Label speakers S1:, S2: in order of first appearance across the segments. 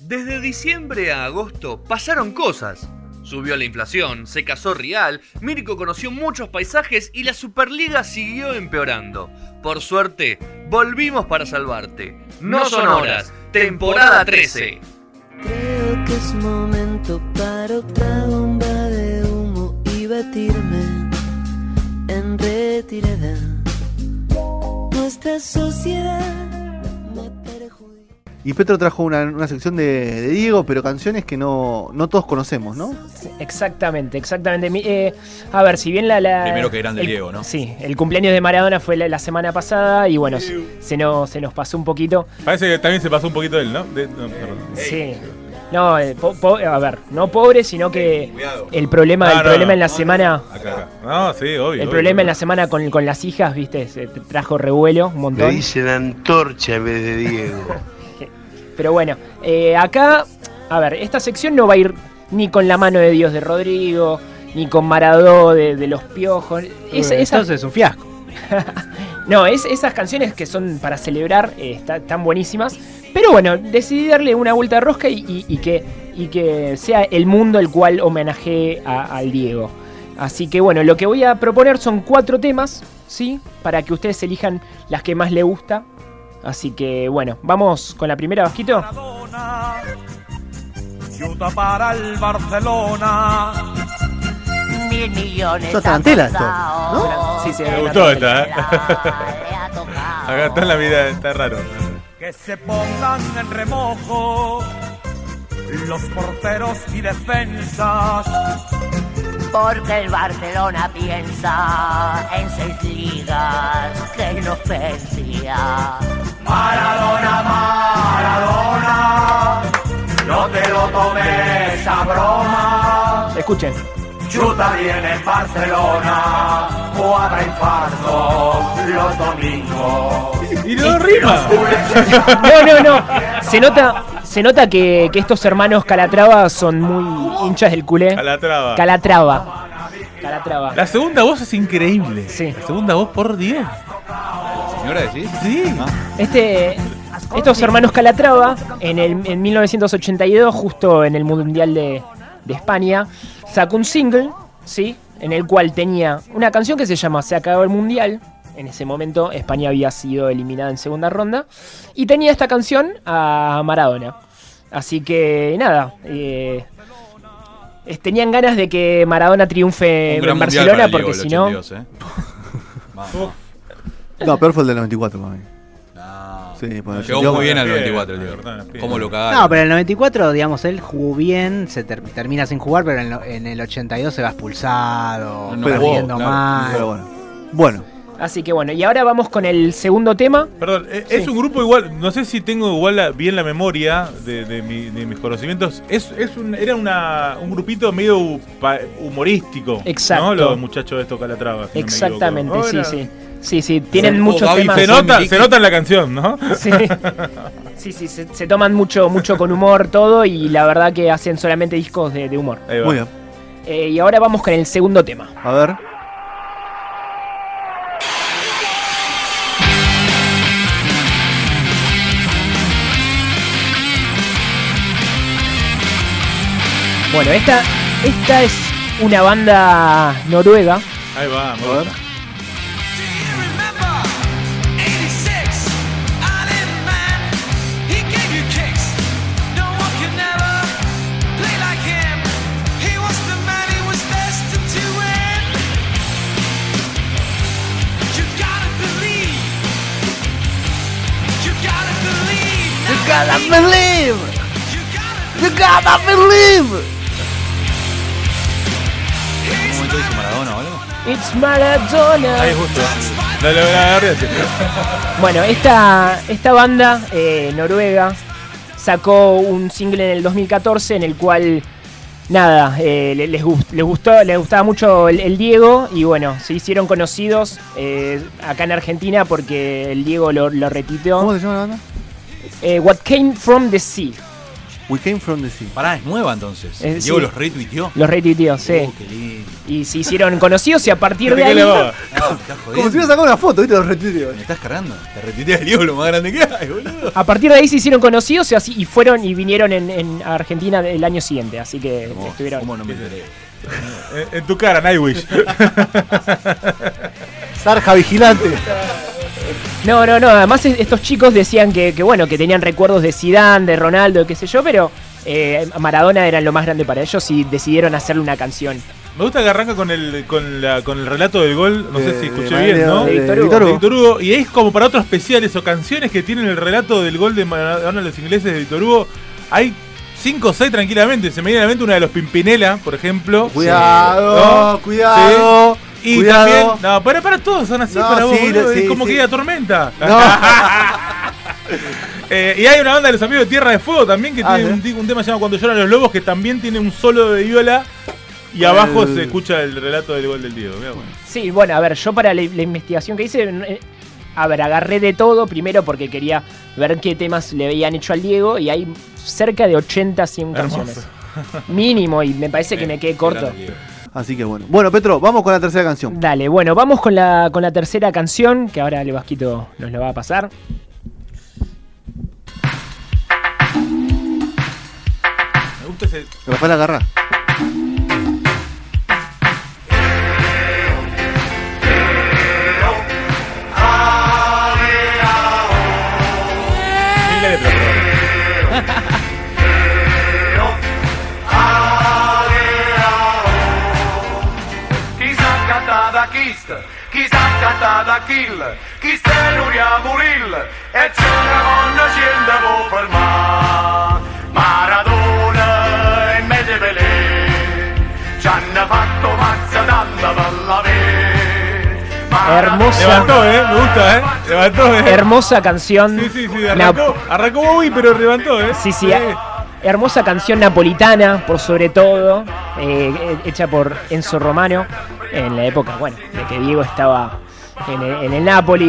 S1: Desde diciembre a agosto pasaron cosas. Subió la inflación, se casó Rial, Mirko conoció muchos paisajes y la Superliga siguió empeorando. Por suerte, volvimos para salvarte. No son horas, temporada 13.
S2: Creo que es momento para otra bomba de humo y batirme en retirada. Nuestra sociedad me perjudica.
S3: Y Petro trajo una, una sección de, de Diego, pero canciones que no, no todos conocemos, ¿no?
S4: Exactamente, exactamente. Mi- eh, a ver, si bien la. la-
S5: Primero que grande
S4: el-
S5: Diego, ¿no?
S4: Sí, el cumpleaños de Maradona fue la, la semana pasada y bueno, se, se nos, se nos pasó un poquito.
S6: Parece que también se pasó un poquito de él, ¿no? De- no, perdón.
S4: Sí. No, eh, po- po- a ver, no pobre, sino que
S5: Cuidado.
S4: el problema, el
S6: No, no,
S4: problema
S6: no.
S4: en la semana.
S6: Acá, acá. No, sí, obvio.
S4: El
S6: obvio.
S4: problema en la semana con, con las hijas, viste, se t- trajo revuelo un
S7: Me
S4: montón.
S7: dicen antorcha en vez de Diego.
S4: Pero bueno, eh, acá, a ver, esta sección no va a ir ni con la mano de Dios de Rodrigo, ni con Maradó de, de los piojos. Esa- esa-
S8: Entonces es un fiasco.
S4: no, es, esas canciones que son para celebrar eh, está- están buenísimas. Pero bueno, decidí darle una vuelta de rosca y, y- y que, y que sea el mundo el cual homenaje a- al Diego. Así que bueno, lo que voy a proponer son cuatro temas, ¿sí? Para que ustedes elijan las que más les gusta. Así que bueno, vamos con la primera, Vasquito.
S9: para el Barcelona.
S2: Mil millones.
S3: Sos tarantela esto,
S4: Sí, sí,
S6: Me
S4: me
S6: gustó esta, ¿eh? Acá está en la vida, está raro.
S9: Que se pongan en remojo los porteros y defensas.
S2: Porque el Barcelona piensa en seis ligas que inofensiva.
S9: Maradona, Maradona, no te lo tomes a broma.
S4: Escuchen.
S9: Chuta bien en Barcelona, o habrá infarto los domingos.
S6: Y no rima.
S4: No, no, no. Se nota, se nota que, que estos hermanos Calatrava son muy hinchas del culé.
S6: A la traba.
S4: Calatrava. Calatrava.
S6: La segunda voz es increíble.
S4: Sí.
S6: La segunda voz, por Dios.
S5: ¿Señora decís? Ah,
S6: Sí.
S4: Este, estos hermanos Calatrava, en, el, en 1982, justo en el Mundial de, de España, sacó un single, ¿sí? En el cual tenía una canción que se llama Se acabó el Mundial. En ese momento España había sido eliminada en segunda ronda. Y tenía esta canción a Maradona. Así que nada. eh, es- tenían ganas de que Maradona triunfe en Barcelona porque si no...
S3: No, peor fue el del 94, mami. Sí, por el
S5: Llegó
S3: Diego-
S5: muy bien al
S6: Piedra,
S5: 94 el
S6: perdón,
S5: Diego.
S6: piedra.
S5: ¿Cómo lo
S8: No,
S5: cagaron?
S8: pero en el 94, digamos, él jugó bien, se ter- termina sin jugar, pero en, lo- en el 82 se va expulsado,
S5: No
S8: perdiendo
S5: jugó, claro.
S8: mal.
S3: Pero bueno. Bueno,
S4: Así que bueno, y ahora vamos con el segundo tema.
S6: Perdón, eh, es un grupo igual, no sé si tengo igual la- bien la memoria de, de mi- de mis conocimientos. Es, es un- era una- un grupito medio hu- pa- humorístico.
S4: Exacto.
S6: ¿no? Los muchachos de estos Calatrava. si no me
S4: Exactamente,
S6: equivoco.
S4: sí,
S6: Hola.
S4: sí. Sí, sí, tienen
S5: Oh,
S4: muchos
S5: Gaby
S4: temas.
S6: Se
S5: Son
S6: nota,
S5: Miliki.
S6: se nota en la canción, ¿no?
S4: Sí, sí, sí, se, se toman mucho, mucho con humor todo y la verdad que hacen solamente discos de, de humor.
S6: Ahí va.
S3: muy bien.
S4: Eh, y ahora vamos con el segundo tema.
S3: A ver.
S4: Bueno, esta, esta es una banda noruega.
S6: Ahí va, me
S3: A ver.
S6: gusta.
S5: ¿En un momento hizo Maradona o algo?
S4: It's Maradona.
S6: Ahí justo. La la- la agarré así.
S4: Bueno, esta, esta banda eh, noruega sacó un single en el 2014 en el cual, nada, eh, le- les, gus- les gustó, les gustaba mucho el, el Diego y bueno, se hicieron conocidos eh, acá en Argentina porque el Diego lo, lo
S3: ¿Cómo
S4: retiteó.
S3: se llama la banda?
S4: Eh, What Came From The Sea.
S3: We Came From the Sea.
S5: Pará, es nueva entonces.
S4: Eh,
S5: Diego
S4: sí.
S5: los retuiteó.
S4: Los retuiteó, sí.
S5: Oh, qué lindo.
S4: Y se hicieron conocidos y a partir de
S6: Te
S4: ahí.
S6: quedé la baba.
S5: No, me estás jodiendo.
S3: Como si hubiera sacado una foto, ¿viste? Los retuiteos.
S5: Me estás cargando. Te retuitea el Diego lo más grande que hay, boludo.
S4: A partir de ahí se hicieron conocidos y así y fueron y vinieron en, en Argentina el año siguiente, así que
S5: ¿Cómo,
S4: estuvieron.
S5: cómo no me enteré?
S6: Eh, En, en tu cara, Nightwish.
S3: Sarja Vigilante.
S4: No, no, no. Además es- estos chicos decían que, que, bueno, que tenían recuerdos de Zidane, de Ronaldo, qué sé yo, pero eh, Maradona era lo más grande para ellos y decidieron hacerle una canción.
S6: Me gusta que arranca con el, con la, con el relato del gol. No
S3: De-
S6: sé si
S3: Eh, de
S6: escuché
S3: Maradona,
S6: bien, ¿no?
S4: de-
S6: De
S3: Víctor
S4: Víctor Hugo.
S3: Hugo.
S6: Víctor Hugo. Y es como para otros especiales o canciones que tienen el relato del gol de Maradona a los ingleses de Víctor Hugo. Hay 5 o 6 tranquilamente. Se me viene a la mente una de los Pimpinela, por ejemplo.
S3: Cuidado,
S6: Sí.
S3: cuidado.
S6: Y
S3: cuidado.
S6: también. No, para, para todos son así
S3: No,
S6: para vos,
S3: sí,
S6: boludo,
S3: lo-
S6: es
S3: sí,
S6: como
S3: sí.
S6: que la tormenta.
S3: No,
S6: Eh, y hay una banda de los amigos de Tierra de Fuego también que
S3: Ah,
S6: tiene
S3: ¿sí?
S6: un, ti- un tema llamado Cuando lloran los lobos que también tiene un solo de viola y abajo
S3: El-
S6: se escucha el relato del gol del Diego. Mirá, bueno.
S4: Sí, bueno, a ver, yo para la, la investigación que hice, eh, a ver, agarré de todo primero porque quería ver qué temas le habían hecho al Diego y hay cerca de 80, 100
S6: Hermoso.
S4: canciones. Mínimo, y me parece que me quedé corto.
S3: Así que bueno. Bueno, Petro, vamos con la tercera canción.
S4: Dale, bueno, vamos con la, con la tercera canción, que ahora el Vasquito nos la va a pasar.
S6: Me gusta ese.
S3: Rafael agarra.
S6: mil letras, pero-
S9: Chissà cantata chist, chissà cantata kill, chi stenuriamo l'ill e c'è una donna ci andiamo fermare. Maradona e Mede Pelé ci hanno fatto mazza tanta palla
S4: Hermosa.
S6: Levantó, eh, me gusta, eh. Levantó, eh.
S4: Hermosa canción.
S6: Sí, sí, sí,
S4: Nap-
S6: arrancó, arrancó Bowie, pero levantó, eh.
S4: Sí, sí, a- hermosa canción napolitana, por sobre todo, eh, he- hecha por Enzo Romano en la época, bueno, de que Diego estaba en el, en el Napoli,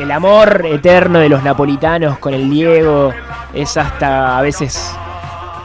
S4: el amor eterno de los napolitanos con el Diego es hasta a veces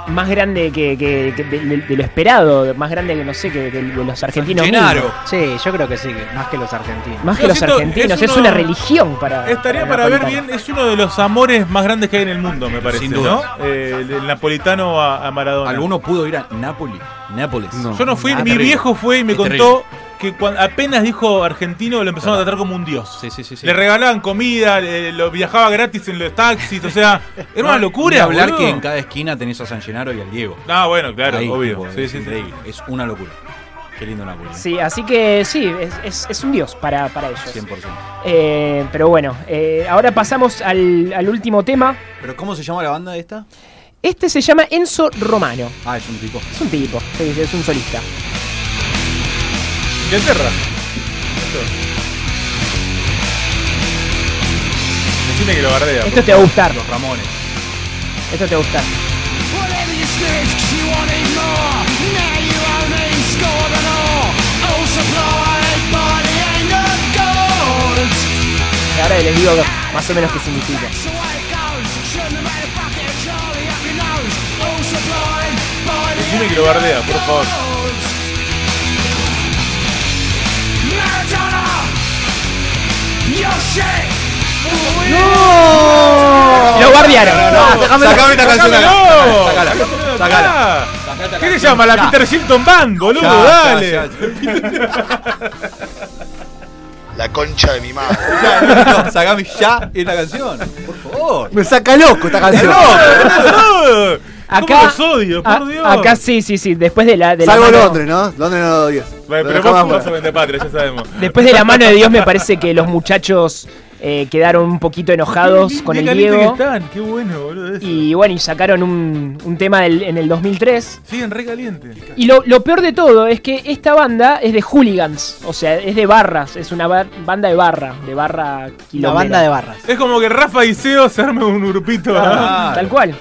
S4: más grande que, que- que de, de- de lo esperado, más grande que no sé, que, que de los argentinos.
S5: Gennaro.
S4: mismos.
S8: Sí, yo creo que sí, que más que los argentinos.
S4: Más
S6: Yo
S4: que los
S6: siento-
S4: argentinos,
S6: es
S4: es, una
S6: uno-
S4: religión para.
S6: Estaría
S4: el
S6: para ver
S4: napolitano.
S6: bien, es uno de los amores más grandes que hay en el mundo, me parece,
S5: Sin duda.
S6: ¿no? Eh, el, el napolitano a, a Maradona.
S5: ¿Alguno pudo ir a Nápoles? Nápoles.
S3: No.
S6: Yo no fui,
S5: Ah,
S6: mi
S5: terrible.
S6: viejo fue y me
S5: Es
S6: contó que cuando apenas dijo argentino lo empezaron a tratar como un dios.
S5: Sí, sí, sí, sí.
S6: Le regalaban comida, le- lo viajaba gratis en los taxis, o sea, era una
S5: No,
S6: locura.
S5: ni hablar
S6: boludo.
S5: que en cada esquina tenés a San Gennaro y al Diego.
S6: Ah, bueno, claro,
S5: Ahí,
S6: obvio.
S5: tipo,
S6: Sí,
S5: es
S6: sí, sí.
S5: increíble. Es una locura. Qué lindo Nápoles. eh.
S4: Sí, así que sí, es, es- es un dios para, para ellos.
S5: 100%.
S4: Eh, pero bueno, eh, ahora pasamos al, al último tema.
S5: ¿Pero cómo se llama la banda esta?
S4: Este se llama Enzo Romano.
S5: Ah, es un tipo.
S4: Es un tipo, sí, es un solista.
S6: Inglaterra. Decime que lo bardea.
S4: Esto te va a gustar,
S5: Los Ramones.
S4: esto te va a gustar. Y ahora les digo más o menos qué significa.
S6: Decime que lo bardea, por favor.
S3: ¡Oh!
S4: Lo guardiaron.
S5: Déjame la camita
S6: ¡Sácamelo!
S5: Sacala, sacala.
S6: ¿Qué le llama? La Peter Shilton Band, boludo, dale.
S7: La concha de mi madre.
S5: ya, sacame ya esta canción. Por favor.
S3: Me saca loco esta canción.
S6: ¡Boludo! ¿Cómo
S4: Acá,
S6: los odio,
S4: a-
S6: por Dios?
S4: Ah, acá sí, sí, sí. Después de la, de la
S3: Salvo
S4: mano-
S3: Londres, ¿no? Londres no lo odias. Lo
S6: Bueno, pero
S3: dejamos
S6: vos vas a
S3: afuera.
S6: vender patria, ya sabemos.
S4: Después de la mano de Dios me parece que los muchachos eh, quedaron un poquito enojados con el Diego.
S6: están, qué bueno, boludo. eso.
S4: Y bueno, y sacaron un, un tema del- en el 2003.
S6: Siguen re calientes.
S4: Y lo, lo peor de todo es que esta banda es de hooligans, o sea, es de barras, es una bar- banda de barra, de barra
S8: La
S4: kilómetro.
S8: banda de barras.
S6: Es como que Rafa y Seo se armen un grupito ¿ah?
S5: Ah,
S4: Tal cual.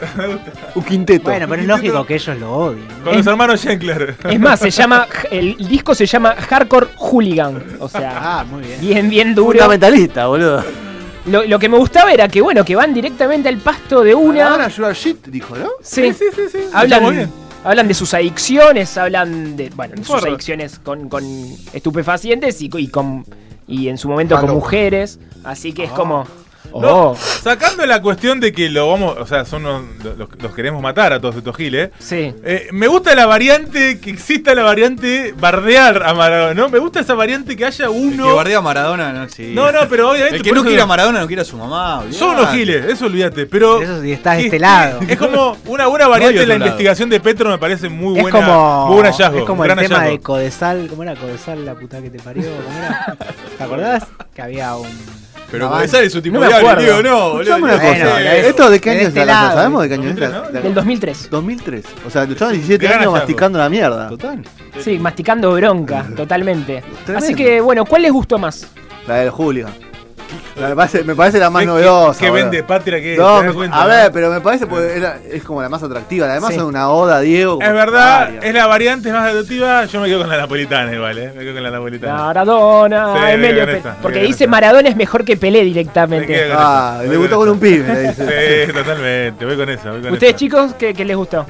S3: Un quinteto.
S8: Bueno, pero es lógico que ellos lo odien.
S6: con los hermanos Schenkler.
S4: Es más, se llama el disco se llama Hardcore Hooligan, o sea,
S8: Ah, muy bien.
S4: bien bien duro.
S3: Fundamentalista, boludo.
S4: Lo, lo que me gustaba era que, bueno, que van directamente al pasto de una.
S3: Ahora ayuda shit, dijo, ¿no?
S4: Sí,
S6: sí, sí, sí. Está muy
S4: Hablan,
S6: bien.
S4: hablan de sus adicciones, hablan de, bueno, de sus
S6: Gordo.
S4: adicciones con, con estupefacientes y, co- y con y en su momento con
S7: Malo.
S4: mujeres, así que es como
S6: Ah. No,
S4: oh,
S6: sacando la cuestión de que lo vamos, o sea, son unos- los, los queremos matar a todos estos giles.
S4: sí.
S6: Eh, me gusta la variante, que exista la variante bardear a Maradona, ¿no? Me gusta esa variante que haya
S5: El que
S6: uno...
S5: bardea a Maradona no existe.
S6: no, no, pero obviamente...
S5: El que
S6: por
S5: no
S6: eso-
S5: quiere a Maradona no quiere a su mamá. olvidate.
S6: Son unos giles, eso olvídate, pero...
S8: Eso sí, estás de
S6: Sí,
S8: este lado.
S6: Es como una buena variante
S5: No
S6: de la
S5: hay otro lado.
S6: investigación de Petro, me parece muy
S8: Es
S6: buena.
S8: como,
S6: muy buen hallazgo.
S8: es como el
S6: gran
S8: tema
S6: hallazgo.
S8: de Codesal. ¿Cómo era Codesal, la puta que te parió? ¿Cómo era? ¿Te acordás? Que había un.
S5: Pero
S8: una
S5: porque
S8: banda.
S5: sale su tipo
S4: No me
S5: de
S4: acuerdo.
S5: digo, no, boludo.
S3: Escuchame una
S5: Eh,
S8: Bueno,
S3: cosa.
S5: no,
S8: la de-
S3: ¿Esto de qué
S8: de
S3: año es
S8: este
S3: la lanza?
S8: lado.
S3: ¿Sabemos de qué año es la-
S6: 2003,
S3: la-
S4: Del 2003.
S3: 2003. O sea, estaban 17
S6: gran
S3: años
S6: hallazgo.
S3: masticando la mierda.
S5: Total.
S4: Sí, masticando bronca, totalmente.
S3: Tremendo.
S4: Así que bueno, ¿cuál les gustó más?
S3: La del Julio. La- me, parece, me parece la más
S6: ¿Qué-
S3: novedosa.
S6: qué
S3: boludo.
S6: vende Patria que
S3: No,
S6: te das
S3: me-
S6: cuenta,
S3: a
S6: ¿no?
S3: ver, pero me parece porque era- es como la más atractiva. Además
S4: Sí.
S3: es una oda, Diego.
S6: Es verdad,
S3: varias.
S6: es la variante más adoptiva. Yo me quedo con la napolitana igual, ¿eh? Me quedo con la napolitana.
S4: Maradona,
S6: Sí, me
S4: Emelio
S6: quedo con
S4: Pe-
S6: esta, me
S4: porque
S6: quedo con
S4: dice
S6: esta.
S4: Maradona es mejor que Pelé
S6: Me quedo
S4: directamente.
S6: con esa,
S3: Ah,
S6: me quedo
S3: debutó con
S6: esa.
S3: un pibe. le dice.
S6: Sí, totalmente, voy con esa. voy con
S4: ¿Ustedes
S6: esa.
S4: chicos qué, qué les gustó?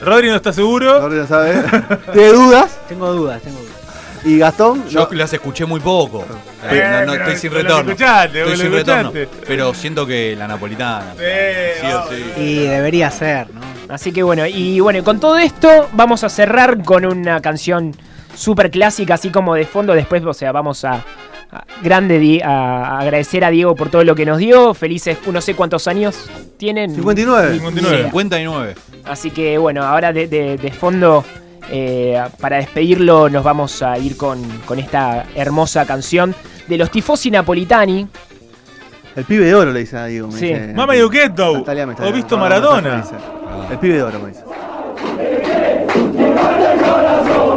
S6: Rodri no está seguro.
S3: No, no sabe. Tiene dudas.
S8: Tengo dudas, tengo dudas.
S3: Y Gastón.
S5: Yo
S3: no-
S5: las escuché muy poco.
S6: Eh,
S5: Eh, no, no,
S6: pero
S5: estoy sin
S6: lo
S5: retorno.
S6: escuchaste,
S5: estoy
S6: lo
S5: sin retorno.
S6: escuchaste. Eh,
S5: Pero siento que la napolitana.
S6: Sí,
S5: Sí o
S6: vamos.
S5: sí.
S8: Y debería ser, ¿no?
S4: Así que bueno, y bueno, con todo esto vamos a cerrar con una canción súper clásica, así como de fondo. Después, o sea, vamos a, a- grande Di- a, a agradecer a Diego por todo lo que nos dio. Felices, no sé cuántos años tienen.
S3: 59.
S6: 59.
S5: 59.
S4: Así que bueno, ahora de, de- de fondo, eh, para despedirlo, nos vamos a ir con, con esta hermosa canción de los Tifosi Napolitani.
S3: El pibe de oro le dicen a Diego. Me
S4: Sí.
S3: dice,
S6: Mama you get though.
S3: Natalia me está-
S6: O visto
S3: no,
S6: Maradona.
S3: me dice. El pibe de oro me dice.
S9: Maradona,